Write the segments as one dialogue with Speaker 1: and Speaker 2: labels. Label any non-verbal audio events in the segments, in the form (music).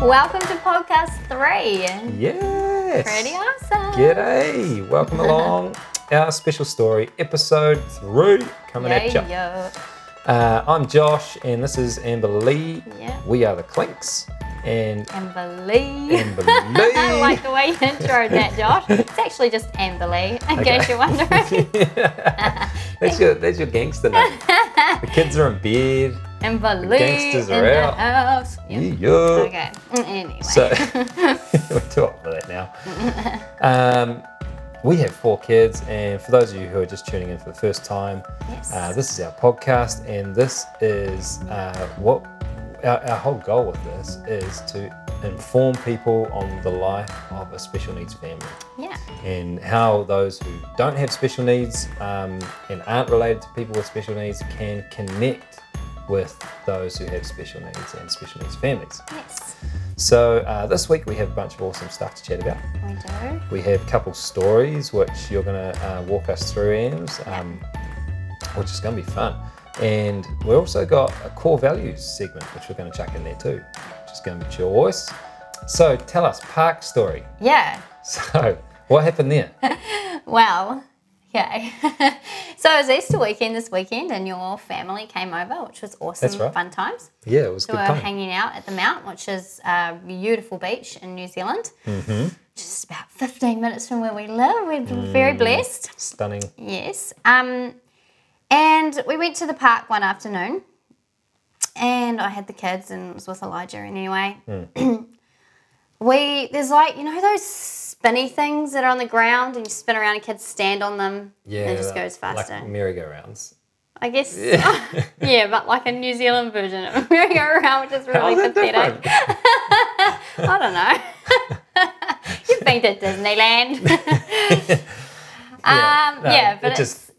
Speaker 1: Welcome to podcast three.
Speaker 2: Yes.
Speaker 1: Pretty awesome.
Speaker 2: G'day.
Speaker 1: (laughs)
Speaker 2: Welcome along. Our special story, episode three, coming at
Speaker 1: Yeah,
Speaker 2: you.
Speaker 1: yeah.
Speaker 2: Uh, I'm Josh, and this is Amber Lee.
Speaker 1: Yeah.
Speaker 2: We are the Clinks, and
Speaker 1: Amber Lee.
Speaker 2: Amber
Speaker 1: (laughs) I
Speaker 2: Lee.
Speaker 1: like the way you introed that, Josh. It's actually just Amber Lee, in case you're
Speaker 2: (laughs)
Speaker 1: wondering.
Speaker 2: that's your that's your gangster
Speaker 1: (laughs)
Speaker 2: name. the kids are in bed.
Speaker 1: Amber Lee.
Speaker 2: gangsters
Speaker 1: in
Speaker 2: are
Speaker 1: the
Speaker 2: out.
Speaker 1: house. Yeah.
Speaker 2: Yeah.
Speaker 1: Okay. Mm, Anyway.
Speaker 2: So (laughs) we're too old for that now. Um, we have four kids, and for those of you who are just tuning in for the first time,
Speaker 1: Yes.
Speaker 2: Uh, this is our podcast, and this is uh, what our, our whole goal with this is to inform people on the life of a special needs family
Speaker 1: (laughs) yeah.
Speaker 2: and how those who don't have special needs um, and aren't related to people with special needs can connect with those who have special needs and special needs families.
Speaker 1: Yes.
Speaker 2: So, uh, this week we have a bunch of awesome stuff to chat about.
Speaker 1: We do.
Speaker 2: We have couple stories which you're going to uh, walk us through, Ems, um, which is going to be fun. And we also got a core values segment which we're going to chuck in there too, which is going to be choice. So tell us park story. (laughs)
Speaker 1: Yeah.
Speaker 2: So what happened there?
Speaker 1: (laughs) Well, yay. (laughs) so it was Easter weekend this weekend, and your family came over, which was awesome.
Speaker 2: That's right.
Speaker 1: Fun times.
Speaker 2: Yeah, it was
Speaker 1: So
Speaker 2: good
Speaker 1: we're
Speaker 2: fun.
Speaker 1: hanging out at the Mount, which is a beautiful beach in New Zealand,
Speaker 2: Mm-hmm.
Speaker 1: just about 15 minutes from where we live. We're
Speaker 2: Mm.
Speaker 1: very blessed.
Speaker 2: Stunning.
Speaker 1: Yes. Um, and we went to the park one afternoon, and I had the kids, and was with Elijah. And anyway,
Speaker 2: Mm.
Speaker 1: (clears throat) we there's like you know those spinny things that are on the ground, and you spin around, and kids stand on them,
Speaker 2: Yeah,
Speaker 1: and it just
Speaker 2: like-
Speaker 1: goes faster.
Speaker 2: Like merry-go-rounds.
Speaker 1: I
Speaker 2: (laughs)
Speaker 1: guess, (laughs) yeah. but like a New Zealand version (laughs) of merry-go-round, which is really
Speaker 2: How's that
Speaker 1: pathetic.
Speaker 2: different?
Speaker 1: I don't know. (laughs) You've been to Disneyland.
Speaker 2: (laughs)
Speaker 1: um, (laughs)
Speaker 2: no,
Speaker 1: yeah, but
Speaker 2: it
Speaker 1: it's,
Speaker 2: just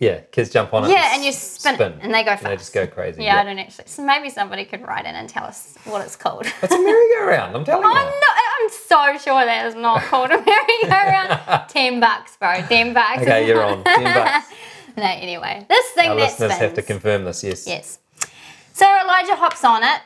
Speaker 2: yeah, kids jump on it.
Speaker 1: yeah, and you spin, it, and they go fast.
Speaker 2: and they just go crazy.
Speaker 1: yeah, I don't actually. So maybe somebody could write in and tell us what it's called. (laughs)
Speaker 2: It's a merry-go-round. I'm telling you.
Speaker 1: I'm not. I'm so sure that is not called (laughs) a
Speaker 2: (laughs)
Speaker 1: merry-go-round. Ten bucks, bro. Ten bucks.
Speaker 2: Okay, you're on. Ten bucks.
Speaker 1: (laughs) No, anyway, this thing
Speaker 2: Our
Speaker 1: that
Speaker 2: listeners
Speaker 1: spins.
Speaker 2: have to confirm this. Yes.
Speaker 1: Yes. So Elijah hops on it.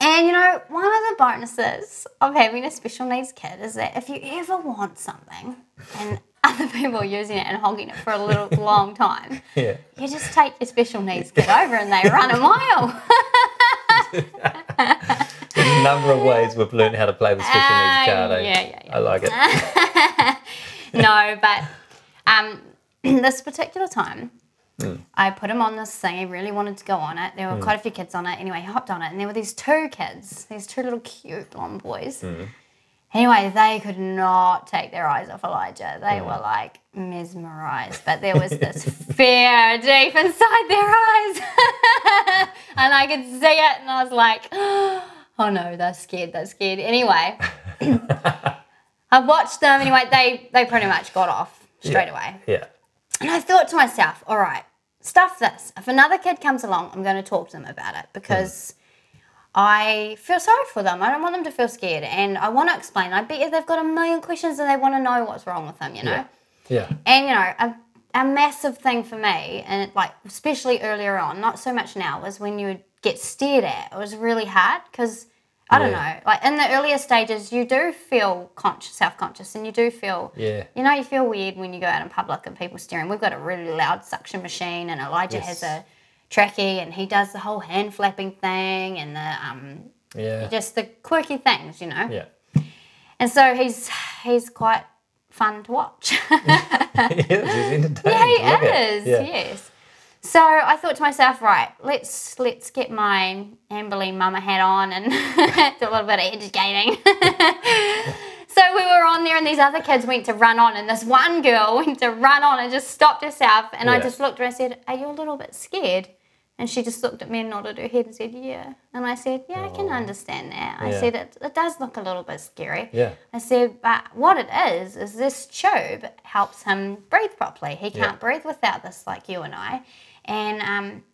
Speaker 1: And you know, one of the bonuses of having a special needs kid is that if you ever want something and (laughs) other people are using it and hogging it for a little long time,
Speaker 2: (laughs) Yeah.
Speaker 1: you just take your special needs kid over and they run a mile. (laughs)
Speaker 2: There's a number of ways we've learned how to play the special needs
Speaker 1: Ah,
Speaker 2: card. eh?
Speaker 1: yeah, yeah, yeah.
Speaker 2: I like it.
Speaker 1: (laughs) no, but um, (clears throat) this particular time, I put him on this thing. He really wanted to go on it. There were quite a few kids on it. Anyway, he hopped on it, and there were these two kids, these two little cute blonde boys. Anyway, they could not take their eyes off Elijah. They were like mesmerized, but there was this (laughs) fear deep inside their eyes. (laughs) and I could see it, and I was like, (gasps) oh no, they're scared, they're scared. Anyway, I watched them. Anyway, they, they pretty much got off straight away.
Speaker 2: Yeah.
Speaker 1: And I thought to myself, all right, stuff this. If another kid comes along, I'm going to talk to them about it because I feel sorry for them. I don't want them to feel scared and I want to explain. I bet you they've got a million questions and they want to know what's wrong with them, you know?
Speaker 2: Yeah. Yeah.
Speaker 1: And, you know, a, a massive thing for me, and like, especially earlier on, not so much now, was when you would get stared at. It was really hard because. I don't
Speaker 2: Yeah.
Speaker 1: know. Like in the earlier stages, you do feel conscious, self-conscious, and you do feel
Speaker 2: Yeah.
Speaker 1: you know, you feel weird when you go out in public and people staring. We've got a really loud suction machine, and Elijah has
Speaker 2: Yes.
Speaker 1: a trachea, and he does the whole hand flapping thing, and the um,
Speaker 2: Yeah.
Speaker 1: just the quirky things, you know.
Speaker 2: Yeah. (laughs)
Speaker 1: And so he's he's quite fun to watch. (laughs)
Speaker 2: Yes, he's entertained.
Speaker 1: he
Speaker 2: Look at-
Speaker 1: is, yes. So I thought to myself, right, let's let's get my Amberley mama hat on and (laughs) do a little bit of educating. (laughs) so we were on there, and these other kids went to run on, and this one girl (laughs) went to run on and just stopped herself, and I
Speaker 2: Yeah.
Speaker 1: just looked at her and said, "Are you a little bit scared?" And she just looked at me and nodded her head and said, "Yeah." And I said, "Yeah, I can understand that." I
Speaker 2: Oh. Yeah.
Speaker 1: said, it, "It does look a little bit scary."
Speaker 2: Yeah.
Speaker 1: I said, but what it is, is this tube helps him breathe properly. He can't breathe without this, like you and I. And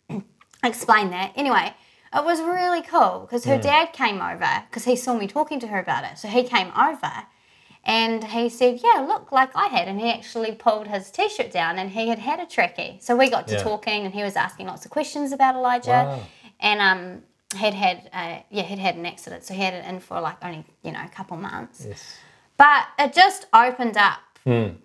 Speaker 1: um, (clears throat) explain that. Anyway, it was really cool because her dad came over because he saw me talking to her about it. So he came over and he said, Yeah, look, like I had. And he actually pulled his t shirt down and he had had a trachea. So we got to
Speaker 2: Yeah.
Speaker 1: talking and he was asking lots of questions about Elijah.
Speaker 2: Wow.
Speaker 1: And um, had had a, yeah had had an accident, so he had it in for like only you know a couple months.
Speaker 2: Yes.
Speaker 1: But it just opened up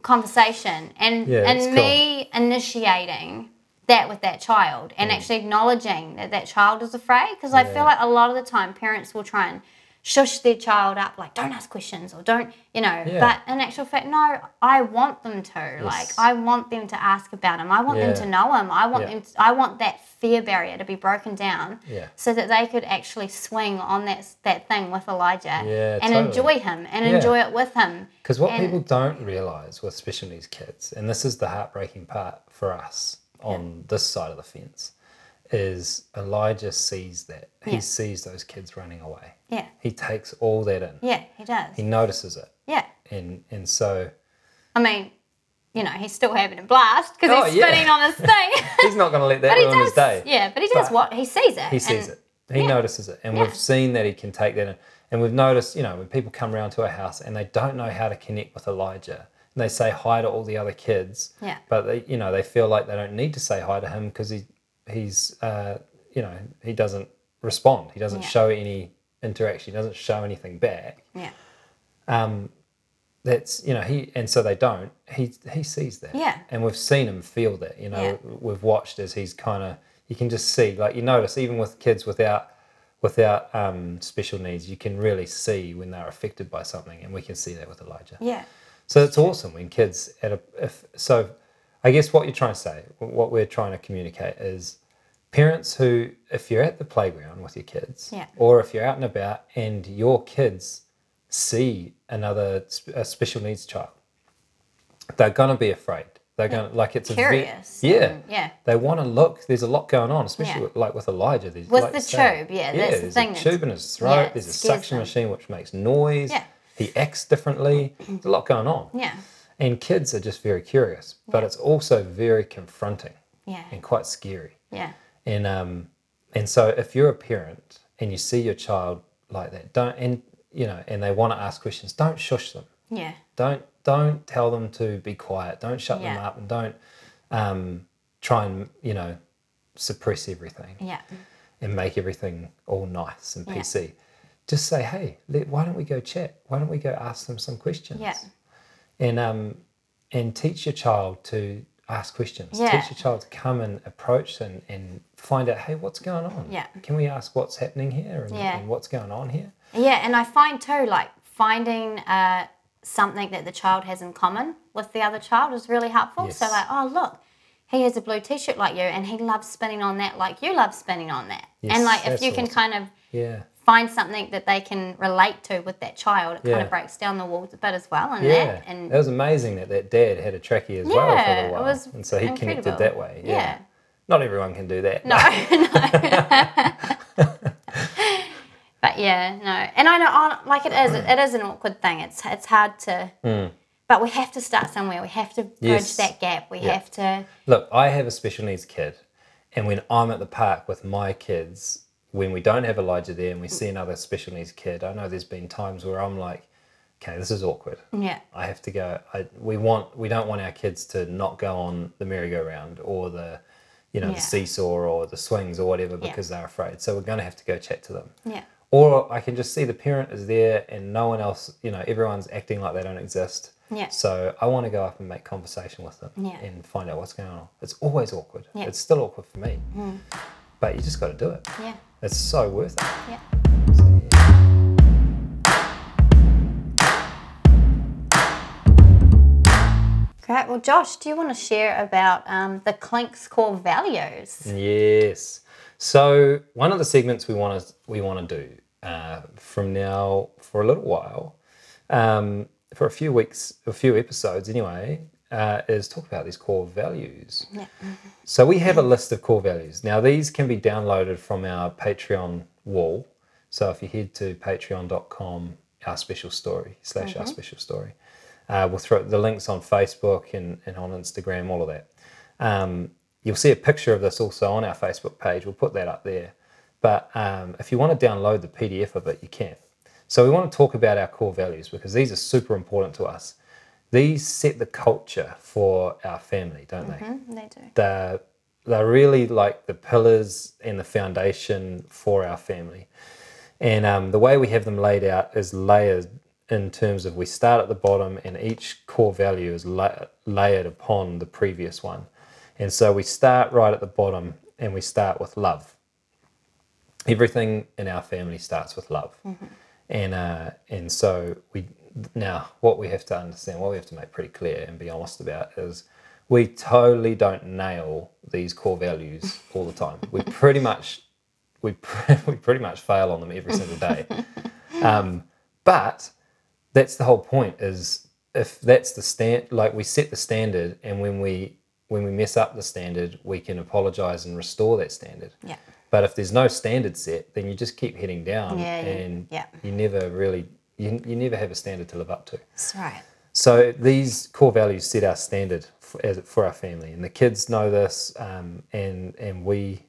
Speaker 1: conversation and
Speaker 2: Hmm. Yeah, it's
Speaker 1: and me initiating that with that child and actually acknowledging that that child is afraid because I
Speaker 2: Hmm. Yeah.
Speaker 1: feel like a lot of the time parents will try and shush their child up like don't ask questions or don't you know
Speaker 2: Yeah.
Speaker 1: but in actual fact no I want them to like
Speaker 2: Yes.
Speaker 1: I want them to ask about him I want
Speaker 2: Yeah.
Speaker 1: them to know him I want
Speaker 2: Yeah.
Speaker 1: them to, I want that fear barrier to be broken down
Speaker 2: Yeah.
Speaker 1: so that they could actually swing on that that thing with Elijah
Speaker 2: Yeah,
Speaker 1: and
Speaker 2: totally.
Speaker 1: enjoy him and
Speaker 2: Yeah.
Speaker 1: enjoy it with him
Speaker 2: Because what
Speaker 1: And-
Speaker 2: people don't realise with special needs kids, and this is the heartbreaking part for us on this side of the fence, is Elijah sees that. He
Speaker 1: Yeah.
Speaker 2: sees those kids running away.
Speaker 1: yeah
Speaker 2: He takes all that in.
Speaker 1: Yeah, he does.
Speaker 2: He notices it.
Speaker 1: yeah.
Speaker 2: And and so
Speaker 1: I mean, you know, he's still having a blast because
Speaker 2: Oh,
Speaker 1: he's
Speaker 2: yeah.
Speaker 1: spitting on his
Speaker 2: (laughs)
Speaker 1: thing.
Speaker 2: he's not gonna let that
Speaker 1: but he
Speaker 2: ruin his
Speaker 1: does.
Speaker 2: day.
Speaker 1: Yeah, but he does
Speaker 2: But
Speaker 1: what he sees it.
Speaker 2: He sees it. He
Speaker 1: yeah.
Speaker 2: notices it. And
Speaker 1: Yeah.
Speaker 2: we've seen that he can take that in. And we've noticed, you know, when people come round to our house and they don't know how to connect with Elijah, and they say hi to all the other kids.
Speaker 1: Yeah.
Speaker 2: But they, you know, they feel like they don't need to say hi to him because he, he's, uh, you know, he doesn't respond. He doesn't
Speaker 1: Yeah.
Speaker 2: show any interaction. He doesn't show anything back.
Speaker 1: Yeah,
Speaker 2: That's you know he and so they don't. He he sees that.
Speaker 1: Yeah.
Speaker 2: And we've seen him feel that. You know,
Speaker 1: Yeah.
Speaker 2: we've watched as he's kind of you can just see like you notice even with kids without without um, special needs, you can really see when they're affected by something, and we can see that with Elijah.
Speaker 1: yeah,
Speaker 2: So it's awesome when kids at a if so I guess what you're trying to say, what we're trying to communicate is parents who if you're at the playground with your kids
Speaker 1: Yeah.
Speaker 2: or if you're out and about and your kids see another sp- a special needs child, they're going to be afraid. They're going to like it's
Speaker 1: Curious
Speaker 2: a ve- yeah.
Speaker 1: and- yeah.
Speaker 2: They want to look. There's a lot going on, especially
Speaker 1: Yeah.
Speaker 2: with- like with Elijah. There's,
Speaker 1: With
Speaker 2: like
Speaker 1: the
Speaker 2: you say,
Speaker 1: tube, yeah, that's the
Speaker 2: there's
Speaker 1: thing
Speaker 2: A
Speaker 1: that's-
Speaker 2: tube in his throat.
Speaker 1: yeah, it
Speaker 2: there's a
Speaker 1: scares
Speaker 2: suction
Speaker 1: them.
Speaker 2: machine which makes noise.
Speaker 1: Yeah.
Speaker 2: He acts differently. There's a lot going on.
Speaker 1: yeah,
Speaker 2: And kids are just very curious, but it's also very confronting
Speaker 1: yeah,
Speaker 2: and quite scary.
Speaker 1: yeah,
Speaker 2: And um, and so if you're a parent and you see your child like that, don't and you know, and they want to ask questions, don't shush them.
Speaker 1: yeah,
Speaker 2: Don't don't tell them to be quiet. Don't shut them
Speaker 1: Yeah.
Speaker 2: up, and don't um, try and you know suppress everything
Speaker 1: yeah,
Speaker 2: and make everything all nice and
Speaker 1: Yeah.
Speaker 2: PC. Just say, hey, let, why don't we go chat? Why don't we go ask them some questions?
Speaker 1: Yeah.
Speaker 2: And um, and teach your child to ask questions.
Speaker 1: Yeah.
Speaker 2: Teach your child to come and approach and, and find out, hey, what's going on?
Speaker 1: Yeah.
Speaker 2: Can we ask what's happening here and,
Speaker 1: Yeah.
Speaker 2: and what's going on here?
Speaker 1: yeah. And I find too, like finding uh, something that the child has in common with the other child is really helpful. So
Speaker 2: Yes.
Speaker 1: like, oh look, he has a blue T-shirt like you, and he loves spinning on that like you love spinning on that.
Speaker 2: Yes,
Speaker 1: and like if
Speaker 2: that's
Speaker 1: you can
Speaker 2: awesome.
Speaker 1: kind of
Speaker 2: Yeah.
Speaker 1: find something that they can relate to with that child. It kind
Speaker 2: Yeah.
Speaker 1: of breaks down the walls a bit as well, and
Speaker 2: Yeah.
Speaker 1: that and
Speaker 2: it was amazing that that dad had a trachea as well for a
Speaker 1: Yeah,
Speaker 2: little
Speaker 1: it
Speaker 2: while.
Speaker 1: was
Speaker 2: and so he connected
Speaker 1: incredible.
Speaker 2: that way. Yeah.
Speaker 1: Yeah.
Speaker 2: Not everyone can do that.
Speaker 1: no, no. but yeah, no, and I know, I- like it is, it is an awkward thing. It's it's hard to, but we have to start somewhere. We have to bridge
Speaker 2: Mm. Yes.
Speaker 1: that gap. We
Speaker 2: Yeah.
Speaker 1: have to,
Speaker 2: (laughs) Look, I have a special needs kid, and when I'm at the park with my kids, when we don't have Elijah there and we see another special needs kid, I know there's been times where I'm like, okay, this is awkward.
Speaker 1: yeah,
Speaker 2: I have to go. I, we want we don't want our kids to not go on the merry-go-round or the, you know,
Speaker 1: Yeah.
Speaker 2: the seesaw or the swings or whatever
Speaker 1: Yeah.
Speaker 2: because they're afraid. So we're going to have to go chat to them.
Speaker 1: yeah,
Speaker 2: Or I can just see the parent is there and no one else, you know, everyone's acting like they don't exist.
Speaker 1: Yeah.
Speaker 2: So I want to go up and make conversation with them
Speaker 1: Yeah.
Speaker 2: and find out what's going on. It's always awkward.
Speaker 1: Yeah. Mm.
Speaker 2: It's still awkward for me. But you just got to do it.
Speaker 1: yeah,
Speaker 2: It's so worth it.
Speaker 1: yeah.
Speaker 2: So, yeah.
Speaker 1: Great. Well, Josh, do you want to share about um, the Clink's core values?
Speaker 2: Yes. So one of the segments we want to we want to do uh, from now for a little while, um, for a few weeks, a few episodes anyway, uh, is talk about these core values.
Speaker 1: Yeah.
Speaker 2: So we have a list of core values. Now these can be downloaded from our Patreon wall. So if you head to patreon.com, our special story slash our special story, uh, we'll throw the links on Facebook and, and on Instagram, all of that. Um, you'll see a picture of this also on our Facebook page. We'll put that up there. But um, if you want to download the PDF of it, you can. So we want to talk about our core values because these are super important to us. These set the culture for our family, don't they?
Speaker 1: Mm, they do.
Speaker 2: the they're really like the pillars and the foundation for our family. And um, the way we have them laid out is layered in terms of we start at the bottom and each core value is la- layered upon the previous one. And so we start right at the bottom and we start with love. Everything in our family starts with love. And uh, and so we now what we have to understand, what we have to make pretty clear and be honest about is we totally don't nail these core values all the time. We pretty much we, pre- (laughs) we pretty much fail on them every single day. Um, but that's the whole point is if that's the stand like we set the standard and when we when we mess up the standard we can apologize and restore that standard
Speaker 1: Yeah.
Speaker 2: but if there's no standard set then you just keep heading down
Speaker 1: Yeah, you-
Speaker 2: and
Speaker 1: yeah.
Speaker 2: you never really you, you never have a standard to live up to
Speaker 1: That's right.
Speaker 2: so these core values set our standard for, as, for our family, and the kids know this, um, and and we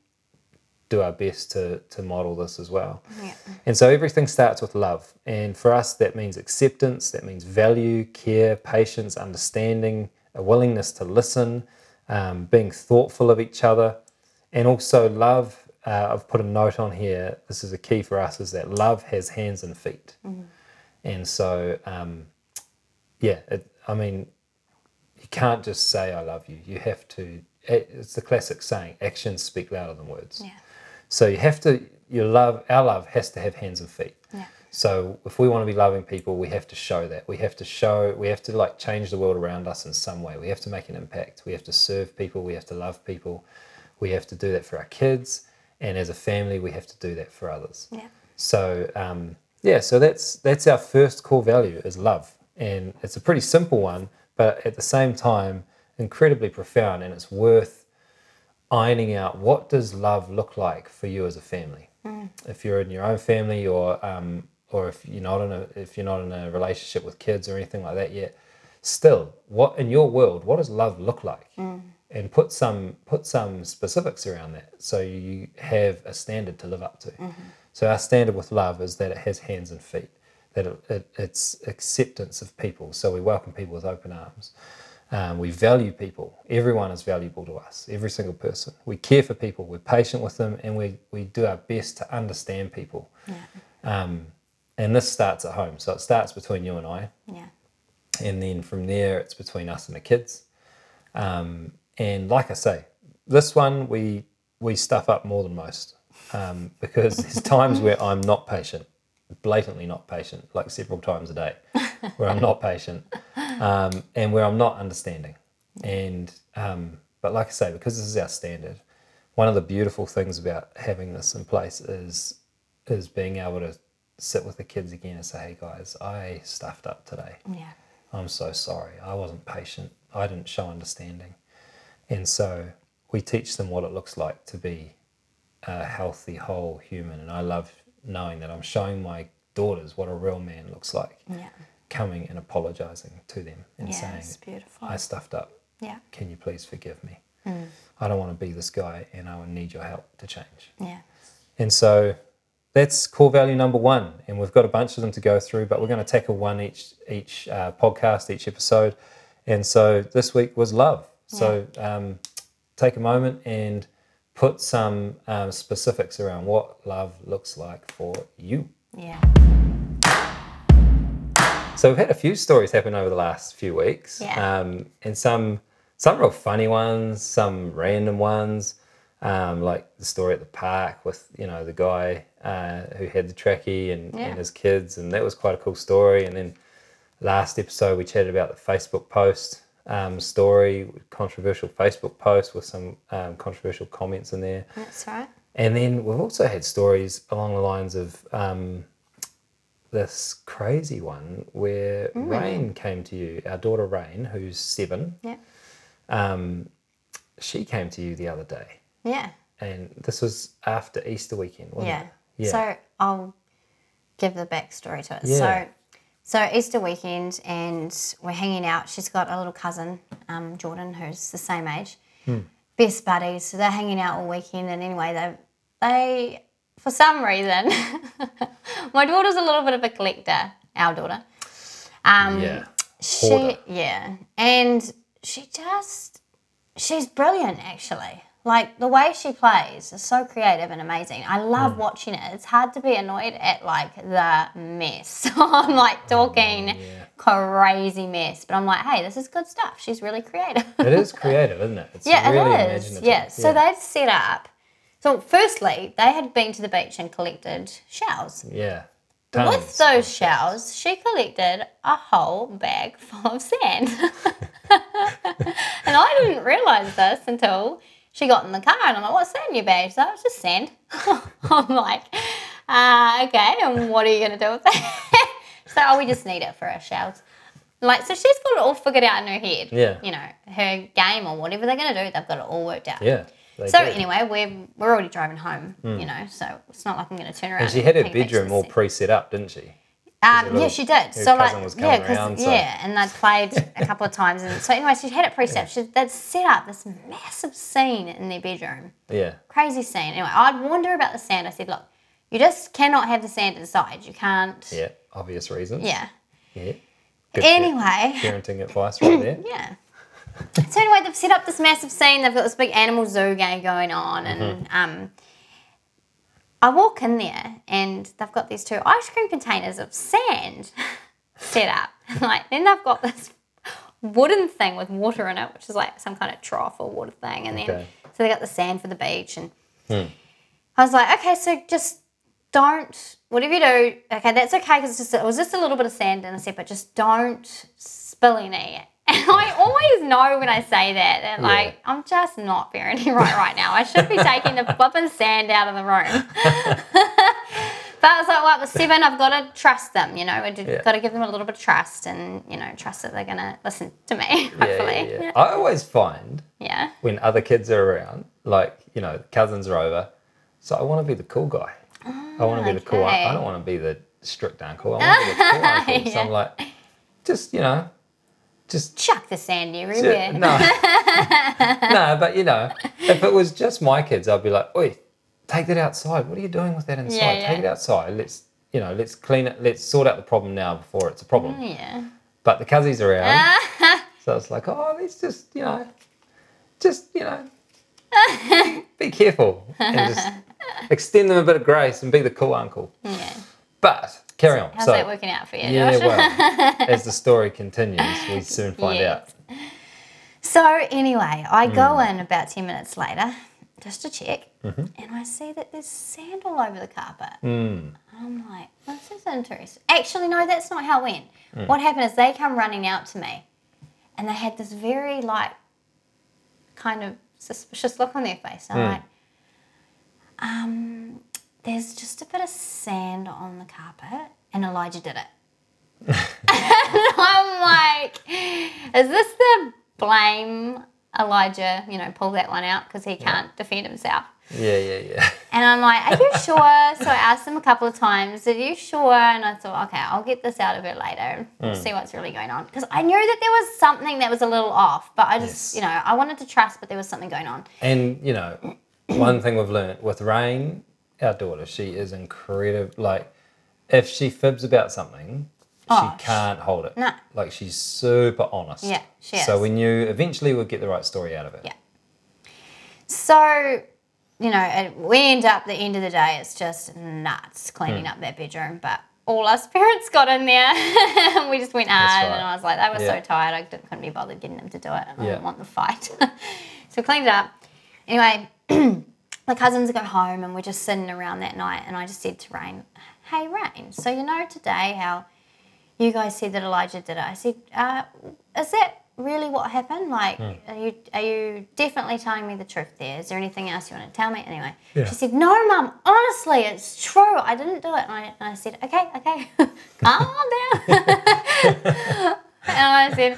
Speaker 2: do our best to to model this as well.
Speaker 1: Yeah.
Speaker 2: And so everything starts with love, and for us that means acceptance, that means value, care, patience, understanding, a willingness to listen, um, being thoughtful of each other, and also love. Uh, I've put a note on here. This is a key for us: is that love has hands and feet, and so. Um, yeah, it, I mean, you can't just say I love you. You have to. It, it's the classic saying: actions speak louder than words.
Speaker 1: Yeah.
Speaker 2: So you have to. Your love, our love, has to have hands and feet.
Speaker 1: Yeah.
Speaker 2: So if we want to be loving people, we have to show that. We have to show. We have to like change the world around us in some way. We have to make an impact. We have to serve people. We have to love people. We have to do that for our kids, and as a family, we have to do that for others.
Speaker 1: Yeah.
Speaker 2: So um, yeah, so that's that's our first core value is love, and it's a pretty simple one, but at the same time, incredibly profound, and it's worth ironing out what does love look like for you as a family. If you're in your own family, or um, or if you're not in a if you're not in a relationship with kids or anything like that yet, still, what in your world, what does love look like? And put some put some specifics around that, so you have a standard to live up to. So our standard with love is that it has hands and feet, that it, it, it's acceptance of people. So we welcome people with open arms. Um, we value people. Everyone is valuable to us, every single person. We care for people, we're patient with them, and we, we do our best to understand people. Um, and this starts at home. So it starts between you and I.
Speaker 1: Yeah.
Speaker 2: And then from there, it's between us and the kids. Um, and like I say, this one we we stuff up more than most um, (laughs) because there's times where I'm not patient, blatantly not patient, like several times a day, where I'm not patient, um, and where I'm not understanding. And um, but like I say, because this is our standard, one of the beautiful things about having this in place is is being able to sit with the kids again and say, "Hey guys, I stuffed up today."
Speaker 1: Yeah.
Speaker 2: I'm so sorry. I wasn't patient. I didn't show understanding. And so we teach them what it looks like to be a healthy, whole human. And I love knowing that I'm showing my daughters what a real man looks like,
Speaker 1: Yeah.
Speaker 2: coming and apologizing to them and
Speaker 1: Yeah.
Speaker 2: saying,
Speaker 1: It's beautiful.
Speaker 2: I stuffed up.
Speaker 1: Yeah.
Speaker 2: Can you please forgive me? I don't want to be this guy and I would need your help to change.
Speaker 1: Yeah.
Speaker 2: And so that's core value number one. And we've got a bunch of them to go through, but we're going to tackle one each each uh, podcast, each episode. And so this week was love. So um, take a moment and put some um, specifics around what love looks like for you.
Speaker 1: Yeah.
Speaker 2: So we've had a few stories happen over the last few weeks,
Speaker 1: Yeah.
Speaker 2: um, and some some real funny ones, some random ones, um, like the story at the park with you know the guy uh, who had the trackie and,
Speaker 1: Yeah.
Speaker 2: and his kids, and that was quite a cool story. And then last episode we chatted about the Facebook post um, story, controversial Facebook post with some um, controversial comments in there.
Speaker 1: That's right.
Speaker 2: And then we've also had stories along the lines of um, this crazy one where Rain came to you, our daughter Rain, who's seven.
Speaker 1: Yeah.
Speaker 2: Um, she came to you the other day,
Speaker 1: Yeah.
Speaker 2: and this was after Easter weekend, wasn't
Speaker 1: Yeah.
Speaker 2: it? Yeah.
Speaker 1: So I'll give the backstory to it.
Speaker 2: Yeah.
Speaker 1: So, so Easter weekend, and we're hanging out. She's got a little cousin, um, Jordan, who's the same age,
Speaker 2: Hmm.
Speaker 1: best buddies. So they're hanging out all weekend, and anyway, they they for some reason, (laughs) my daughter's a little bit of a collector. Our daughter. Um,
Speaker 2: yeah.
Speaker 1: she
Speaker 2: Hoarder.
Speaker 1: yeah and she just she's brilliant actually Like the way she plays is so creative and amazing. I love
Speaker 2: Hmm.
Speaker 1: watching it. It's hard to be annoyed at like the mess. (laughs) I'm like
Speaker 2: Oh,
Speaker 1: talking crazy mess, but I'm like, hey, this is good stuff. She's really creative. (laughs)
Speaker 2: It is creative, isn't it? It's
Speaker 1: yeah,
Speaker 2: really
Speaker 1: it is.
Speaker 2: imaginative.
Speaker 1: Yeah. So
Speaker 2: yeah.
Speaker 1: they'd set up. So firstly, they had been to the beach and collected shells.
Speaker 2: Yeah.
Speaker 1: With
Speaker 2: Tons.
Speaker 1: those shells, she collected a whole bag full of sand. (laughs) and I didn't realise this until she got in the car and I'm like, what's that in your bag? She's like, it's just sand. (laughs) I'm like, uh, okay, and what are you going to do with that? (laughs) She's like, oh, we just need it for our shells. Like, so she's got it all figured out in her head.
Speaker 2: Yeah.
Speaker 1: You know, her game or whatever they're going to do, they've got it all worked out.
Speaker 2: Yeah. they
Speaker 1: So
Speaker 2: do. Hmm.
Speaker 1: anyway, we're, we're already driving home, you know, so it's not like I'm going to turn around.
Speaker 2: And she had her
Speaker 1: take it back to
Speaker 2: bedroom
Speaker 1: the
Speaker 2: all
Speaker 1: set.
Speaker 2: pre-set up, didn't she?
Speaker 1: Um,
Speaker 2: little-
Speaker 1: yeah, she did.
Speaker 2: her
Speaker 1: So
Speaker 2: cousin
Speaker 1: like,
Speaker 2: was
Speaker 1: yeah,
Speaker 2: coming
Speaker 1: 'cause-
Speaker 2: around, so-
Speaker 1: yeah, and they played a couple of times, and so anyway, she had it pre-set. She they'd set up this massive scene in their bedroom,
Speaker 2: Yeah.
Speaker 1: crazy scene. Anyway, I'd warned her about the sand. I said, look, you just cannot have the sand inside. You can't.
Speaker 2: Yeah. Obvious reasons.
Speaker 1: Yeah.
Speaker 2: Yeah. Good
Speaker 1: Anyway,
Speaker 2: par- parenting advice right there.
Speaker 1: (coughs) yeah. So anyway, they've set up this massive scene. They've got this big animal zoo game going on, and um, I walk in there, and they've got these two ice cream containers of sand (laughs) set up. (laughs) like then they've got this wooden thing with water in it, which is like some kind of trough or water thing, and then
Speaker 2: Okay.
Speaker 1: so they got the sand for the beach, and I was like, okay, so just don't whatever you do. Okay, that's okay because it's just it was just a little bit of sand in the set, but just don't spill any. (laughs) And I always know when I say that that like I'm just not parenting right right now. I should be taking
Speaker 2: (laughs)
Speaker 1: the flipping sand out of the room. (laughs) But I was like, well, with seven, I've got to trust them. You know, I have
Speaker 2: Yeah.
Speaker 1: got to give them a little bit of trust, and you know, trust that they're gonna listen to me. (laughs) Hopefully,
Speaker 2: Yeah, yeah, yeah. I always find
Speaker 1: Yeah.
Speaker 2: when other kids are around, like, you know, cousins are over, so I want to be the cool guy. I want to be the cool I- I
Speaker 1: okay.
Speaker 2: don't want to be the strict uncle. I want to be the
Speaker 1: (laughs)
Speaker 2: cool uncle. So I'm like, just, you know, just.
Speaker 1: Chuck the sand everywhere. (laughs)
Speaker 2: Yeah, no. no, but you know, if it was just my kids, I'd be like, oi, take that outside. What are you doing with that inside?
Speaker 1: Yeah,
Speaker 2: Take it
Speaker 1: yeah.
Speaker 2: outside. Let's, you know, let's clean it. Let's sort out the problem now before it's a problem.
Speaker 1: Yeah.
Speaker 2: But the cousins are around.
Speaker 1: Ah.
Speaker 2: So it's like, oh, let's just, you know, just,
Speaker 1: (laughs)
Speaker 2: you know, be careful and just extend them a bit of grace and be the cool uncle.
Speaker 1: Yeah.
Speaker 2: But carry on.
Speaker 1: How's
Speaker 2: so,
Speaker 1: that working out for you?
Speaker 2: yeah,
Speaker 1: Josh? (laughs)
Speaker 2: well, as the story continues, we soon find
Speaker 1: Yeah.
Speaker 2: out.
Speaker 1: So anyway, I go in about ten minutes later just to check, and I see that there's sand all over the carpet. I'm like, this is interesting. Actually, no, that's not how it went. What happened is they come running out to me, and they had this very like kind of suspicious look on their face. And I'm like, um, there's just a bit of sand on the carpet, and Elijah did it. (laughs) I'm like, is this the blame Elijah? You know, pull that one out because he can't defend himself.
Speaker 2: Yeah, yeah, yeah.
Speaker 1: And I'm like, are you sure? so I asked him a couple of times, are you sure? And I thought, okay, I'll get this out of it later and see what's really going on. Because I knew that there was something that was a little off, but I just,
Speaker 2: Yes.
Speaker 1: you know, I wanted to trust, but there was something going on.
Speaker 2: And, you know, one thing we've learnt with Rain, our daughter, she is incredible. Like, if she fibs about something,
Speaker 1: Oh,
Speaker 2: she
Speaker 1: sh-
Speaker 2: can't hold it.
Speaker 1: no.
Speaker 2: Like, she's super honest.
Speaker 1: Yeah, she
Speaker 2: So
Speaker 1: is.
Speaker 2: we knew eventually we'd get the right story out of it.
Speaker 1: Yeah. So, you know, and we end up the end of the day, it's just nuts cleaning
Speaker 2: Hmm.
Speaker 1: up that bedroom. But all us (laughs) parents got in there and we just went hard.
Speaker 2: right.
Speaker 1: And I was like, they were
Speaker 2: Yeah.
Speaker 1: so tired, I didn't- couldn't be bothered getting them to do it. And I
Speaker 2: Yeah.
Speaker 1: didn't want the fight. (laughs) so, cleaned it up. Anyway, (clears throat) the cousins go home and we're just sitting around that night. And I just said to Rain, hey, Rain, so you know today how you guys said that Elijah did it. I said, uh, is that really what happened? Like,
Speaker 2: Hmm.
Speaker 1: are you are you definitely telling me the truth there? Is there anything else you want to tell me? Anyway, she said, no, mum, honestly, it's true. I didn't do it. And I, and I said, okay, okay, (laughs) calm down. and I said,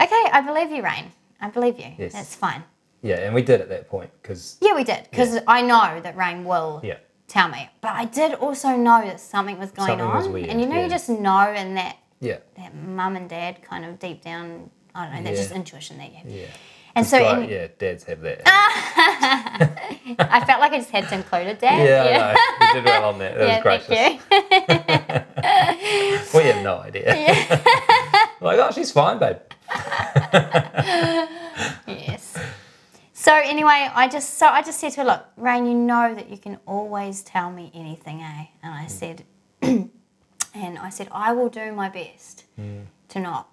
Speaker 1: okay, I believe you, Rain. I believe you.
Speaker 2: Yes.
Speaker 1: That's fine.
Speaker 2: Yeah, and we did at that point because
Speaker 1: Yeah, we did, because I know that Rain will
Speaker 2: yeah,
Speaker 1: tell me. But I did also know that something was going
Speaker 2: Something
Speaker 1: on.
Speaker 2: was weird,
Speaker 1: and you know,
Speaker 2: yeah.
Speaker 1: you just know in that
Speaker 2: yeah,
Speaker 1: that mum and dad kind of deep down. I don't know. That's
Speaker 2: Yeah.
Speaker 1: just intuition that you have.
Speaker 2: yeah.
Speaker 1: And so Ah,
Speaker 2: But,
Speaker 1: and
Speaker 2: yeah, dads have that.
Speaker 1: I felt like I just had to include a dad.
Speaker 2: yeah, I know. (laughs) you did well on that. That
Speaker 1: Yeah,
Speaker 2: was gracious.
Speaker 1: thank you. (laughs)
Speaker 2: We had no idea. (laughs) like, oh, she's fine, babe.
Speaker 1: yes. So anyway, I just so I just said to her, look, Rain, you know that you can always tell me anything, eh? And
Speaker 2: Mm.
Speaker 1: I said, (clears throat) and I said I will do my best
Speaker 2: Mm.
Speaker 1: to not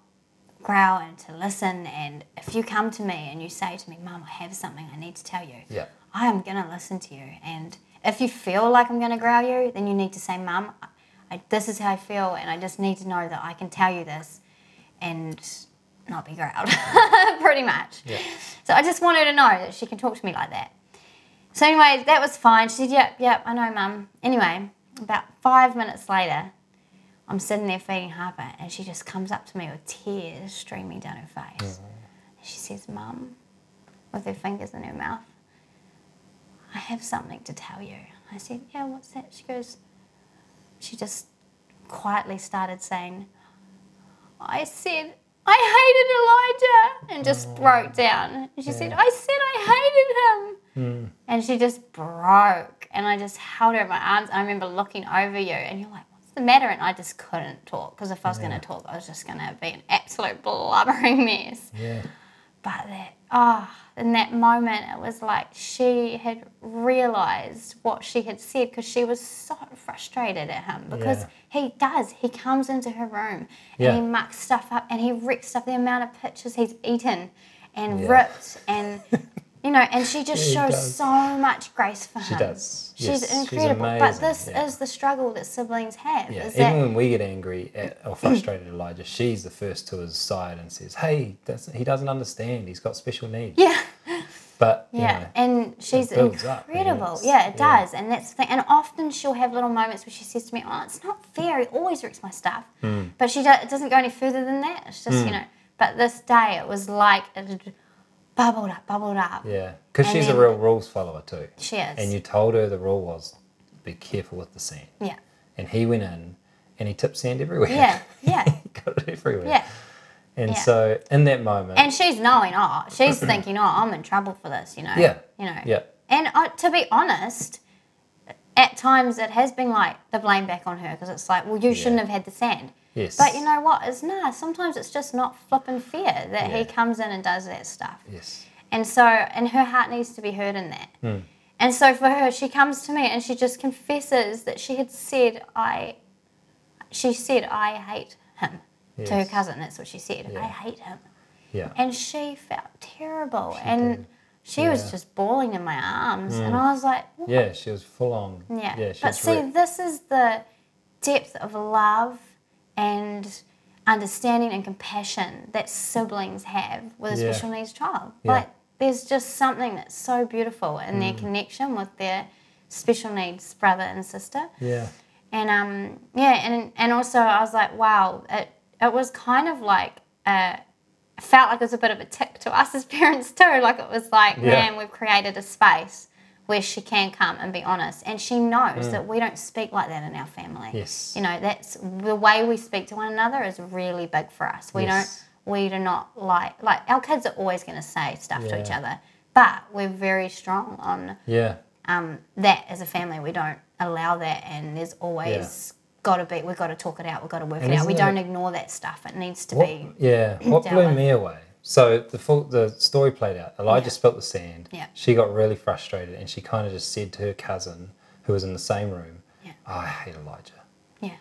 Speaker 1: growl and to listen. And if you come to me and you say to me, Mum, I have something I need to tell you,
Speaker 2: Yeah.
Speaker 1: I am gonna listen to you. And if you feel like I'm gonna growl you, then you need to say, Mum, I- I, this is how I feel, and I just need to know that I can tell you this, and not be growled, (laughs) pretty much.
Speaker 2: Yeah.
Speaker 1: So I just want her to know that she can talk to me like that. So anyway, that was fine. She said, "Yep, yep, I know, mum." Anyway, about five minutes later, I'm sitting there feeding Harper, and she just comes up to me with tears streaming down her face. She says, "Mum," with her fingers in her mouth. I have something to tell you. I said, Yeah, what's that? She goes, She just quietly started saying, I said, I hated Elijah, and
Speaker 2: Oh.
Speaker 1: just broke down. And she said, I said I hated
Speaker 2: Hmm.
Speaker 1: him. And she just broke. And I just held her in my arms. I remember looking over you, and you're like, What's the matter? And I just couldn't talk because if I was going to talk, I was just going to be an absolute blubbering mess.
Speaker 2: Yeah.
Speaker 1: But that, ah, in that moment, it was like she had realized what she had said because she was so frustrated at him because
Speaker 2: Yeah.
Speaker 1: he does. He comes into her room and
Speaker 2: Yeah.
Speaker 1: he mucks stuff up and he wrecks stuff. The amount of pictures he's eaten and
Speaker 2: Yeah.
Speaker 1: ripped
Speaker 2: (laughs)
Speaker 1: and. You know, and she just
Speaker 2: Yeah, he
Speaker 1: shows
Speaker 2: does.
Speaker 1: so much grace for
Speaker 2: She
Speaker 1: him. Um,
Speaker 2: does.
Speaker 1: She's
Speaker 2: Yes, she's
Speaker 1: incredible. but
Speaker 2: amazing,
Speaker 1: this
Speaker 2: yeah.
Speaker 1: is the struggle that siblings have.
Speaker 2: Yeah,
Speaker 1: Is
Speaker 2: even
Speaker 1: that,
Speaker 2: when we get angry at or frustrated at Elijah, she's the first to his side and says, "Hey, that's, he doesn't understand. He's got special
Speaker 1: (laughs)
Speaker 2: needs."
Speaker 1: yeah.
Speaker 2: But
Speaker 1: Yeah,
Speaker 2: you know,
Speaker 1: and she's
Speaker 2: builds up, and
Speaker 1: incredible.
Speaker 2: it's-
Speaker 1: yeah, it
Speaker 2: yeah.
Speaker 1: does, and that's the thing. And often she'll have little moments where she says to me, "Oh, it's not fair. He always wrecks my stuff."
Speaker 2: Hmm.
Speaker 1: But she do- it doesn't go any further than that. It's just you know. But this day, it was like it had bubbled up, bubbled up.
Speaker 2: yeah, because
Speaker 1: And
Speaker 2: she's a
Speaker 1: then-
Speaker 2: real rules follower too.
Speaker 1: She is.
Speaker 2: And you told her the rule was, be careful with the sand.
Speaker 1: yeah,
Speaker 2: And he went in, and he tipped sand everywhere.
Speaker 1: yeah, yeah,
Speaker 2: (laughs) he got it everywhere.
Speaker 1: yeah.
Speaker 2: And
Speaker 1: yeah.
Speaker 2: so in that moment,
Speaker 1: And she's knowing, oh, she's thinking, oh, I'm in trouble for this, you know.
Speaker 2: Yeah.
Speaker 1: You know.
Speaker 2: yeah,
Speaker 1: And uh, to be honest, at times it has been like the blame back on her because it's like, well, you shouldn't have had the sand.
Speaker 2: yes.
Speaker 1: But you know what? It's nah. Sometimes it's just not flipping fair that
Speaker 2: Yeah.
Speaker 1: he comes in and does that stuff.
Speaker 2: yes,
Speaker 1: And so, and her heart needs to be heard in that.
Speaker 2: Hmm.
Speaker 1: And so for her, she comes to me and she just confesses that she had said, I, she said, I hate him to her
Speaker 2: Yes.
Speaker 1: cousin. That's what she said.
Speaker 2: Yeah.
Speaker 1: I hate him.
Speaker 2: yeah,
Speaker 1: And she felt terrible. and
Speaker 2: did.
Speaker 1: she
Speaker 2: Yeah. Hmm.
Speaker 1: was just bawling in my arms. And I was like,
Speaker 2: yeah. She was full on.
Speaker 1: yeah.
Speaker 2: yeah. She
Speaker 1: but
Speaker 2: was
Speaker 1: see,
Speaker 2: re-
Speaker 1: this is the depth of love and understanding and compassion that siblings have with a
Speaker 2: Yeah.
Speaker 1: special needs child.
Speaker 2: Yeah. Mm.
Speaker 1: Like, there's just something that's so beautiful in their connection with their special needs brother and sister.
Speaker 2: yeah,
Speaker 1: And um, yeah, and and also I was like, wow, it it was kind of like uh, felt like it was a bit of a tick to us (laughs) as parents too. Like it was like,
Speaker 2: Yeah.
Speaker 1: man, we've created a space where she can come and be honest, and she knows that we don't speak like that in our family.
Speaker 2: Mm. Yes.
Speaker 1: you know that's the way we speak to one another is really big for us. We
Speaker 2: Yes.
Speaker 1: don't we do not like like our kids are always going to say stuff to each
Speaker 2: Yeah.
Speaker 1: other, but we're very strong on
Speaker 2: yeah,
Speaker 1: um, that as a family we don't allow that and there's always got to be we've got to talk it out we've got to work
Speaker 2: And
Speaker 1: it out we
Speaker 2: isn't
Speaker 1: don't
Speaker 2: it-
Speaker 1: ignore that stuff it needs to
Speaker 2: What-
Speaker 1: be
Speaker 2: yeah. What
Speaker 1: down
Speaker 2: blew
Speaker 1: with.
Speaker 2: me away? So the full, the story played out. Elijah
Speaker 1: Yeah.
Speaker 2: spilt the sand.
Speaker 1: Yeah.
Speaker 2: She got really frustrated, and she kind of just said to her cousin, who was in the same room,
Speaker 1: Yeah.
Speaker 2: "Oh, "I hate Elijah,"
Speaker 1: yeah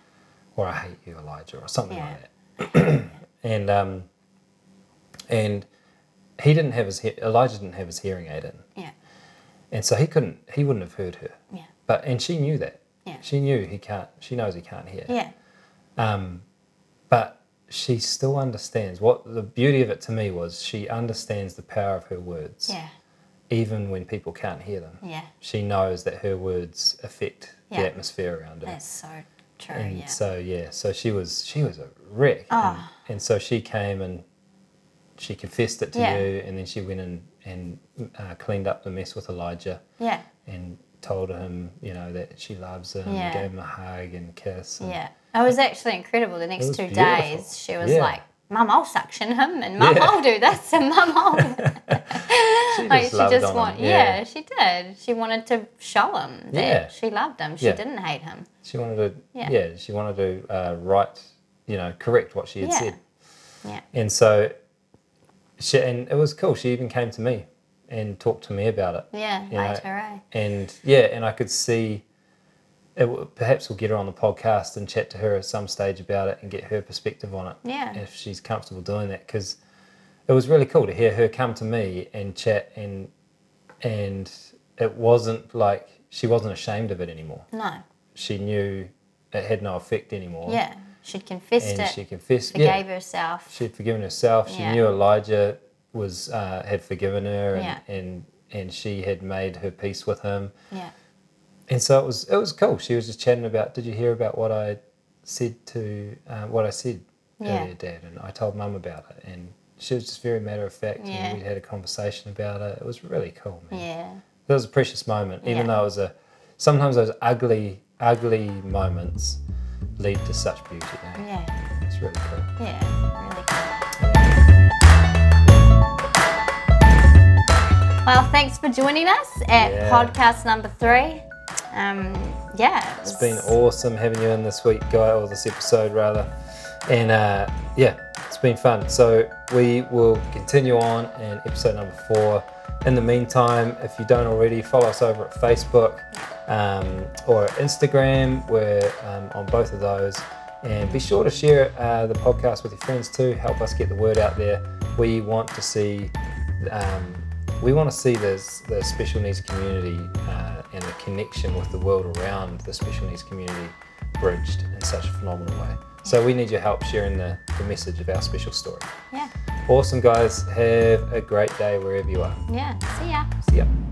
Speaker 2: or "I hate you, Elijah," or something
Speaker 1: Yeah.
Speaker 2: like that. (clears throat) and um, and he didn't have his he- Elijah didn't have his hearing aid in,
Speaker 1: yeah
Speaker 2: and so he couldn't. He wouldn't have heard her.
Speaker 1: yeah
Speaker 2: But and she knew that.
Speaker 1: Yeah.
Speaker 2: She knew he can't. She knows he can't hear
Speaker 1: yeah
Speaker 2: but she still understands what the beauty of it to me was she understands the power of her words
Speaker 1: yeah
Speaker 2: even when people can't hear them
Speaker 1: yeah
Speaker 2: she knows that her words affect
Speaker 1: Yeah.
Speaker 2: the atmosphere around her
Speaker 1: that's so true
Speaker 2: and
Speaker 1: yeah
Speaker 2: so yeah so she was she was a wreck
Speaker 1: Ah.
Speaker 2: and, and so she came and she confessed it to
Speaker 1: Yeah.
Speaker 2: you and then she went and and uh, cleaned up the mess with elijah
Speaker 1: yeah
Speaker 2: and told him you know that she loves him
Speaker 1: Yeah.
Speaker 2: and gave him a hug and kiss and,
Speaker 1: yeah it was actually incredible the next
Speaker 2: was
Speaker 1: two
Speaker 2: beautiful.
Speaker 1: days she was
Speaker 2: Yeah.
Speaker 1: like Mum, I'll suction him, and Mum,
Speaker 2: Yeah.
Speaker 1: I'll do this, and Mum,
Speaker 2: (laughs)
Speaker 1: I'll. do that."
Speaker 2: she just
Speaker 1: like she
Speaker 2: loved
Speaker 1: just
Speaker 2: on
Speaker 1: want,
Speaker 2: him.
Speaker 1: yeah. she did. She wanted to show him that
Speaker 2: Yeah.
Speaker 1: she loved him. She
Speaker 2: Yeah.
Speaker 1: didn't hate him.
Speaker 2: She wanted to, yeah,
Speaker 1: Yeah.
Speaker 2: she wanted to uh, write, you know, correct what she had
Speaker 1: Yeah.
Speaker 2: said.
Speaker 1: Yeah,
Speaker 2: And so, she, and it was cool. She even came to me and talk to me about it.
Speaker 1: Yeah, eh?
Speaker 2: you know,
Speaker 1: right, right.
Speaker 2: and yeah, and I could see. It, w- perhaps we'll get her on the podcast and chat to her at some stage about it and get her perspective on it.
Speaker 1: Yeah.
Speaker 2: If she's comfortable doing that, because it was really cool to hear her come to me and chat and and it wasn't like she wasn't ashamed of it anymore.
Speaker 1: No.
Speaker 2: She knew it had no effect anymore.
Speaker 1: Yeah. She'd confessed
Speaker 2: And
Speaker 1: it,
Speaker 2: she confessed. yeah.
Speaker 1: forgave herself.
Speaker 2: She'd forgiven herself. She
Speaker 1: Yeah.
Speaker 2: knew Elijah was uh, had forgiven her, and,
Speaker 1: Yeah.
Speaker 2: and and she had made her peace with him.
Speaker 1: Yeah.
Speaker 2: And so it was it was cool. She was just chatting about. Did you hear about what I said to uh, what I said
Speaker 1: Yeah.
Speaker 2: earlier, Dad? And I told Mum about it, and she was just very matter of fact.
Speaker 1: Yeah.
Speaker 2: And we had a conversation about it. It was really cool, man.
Speaker 1: Yeah.
Speaker 2: That was a precious moment, even
Speaker 1: Yeah.
Speaker 2: though it was a. Sometimes those ugly, ugly moments lead to such beauty. eh?
Speaker 1: Yeah.
Speaker 2: It's really cool.
Speaker 1: Yeah. Really cool. Well, thanks for joining us at
Speaker 2: Yeah.
Speaker 1: podcast number three. Um, yeah. it
Speaker 2: It's been
Speaker 1: was-
Speaker 2: awesome having you in this week, guy, or this episode rather. And uh, yeah, it's been fun. So we will continue on in episode number four. In the meantime, if you don't already, follow us over at Facebook um, or Instagram. We're um, on both of those. And be sure to share uh, the podcast with your friends too. Help us get the word out there. We want to see um, we want to see this, the special needs community uh, and the connection with the world around the special needs community bridged in such a phenomenal way. So we need your help sharing the, the message of our special story.
Speaker 1: Yeah.
Speaker 2: Awesome, guys. Have a great day wherever you are.
Speaker 1: Yeah. See ya.
Speaker 2: See ya.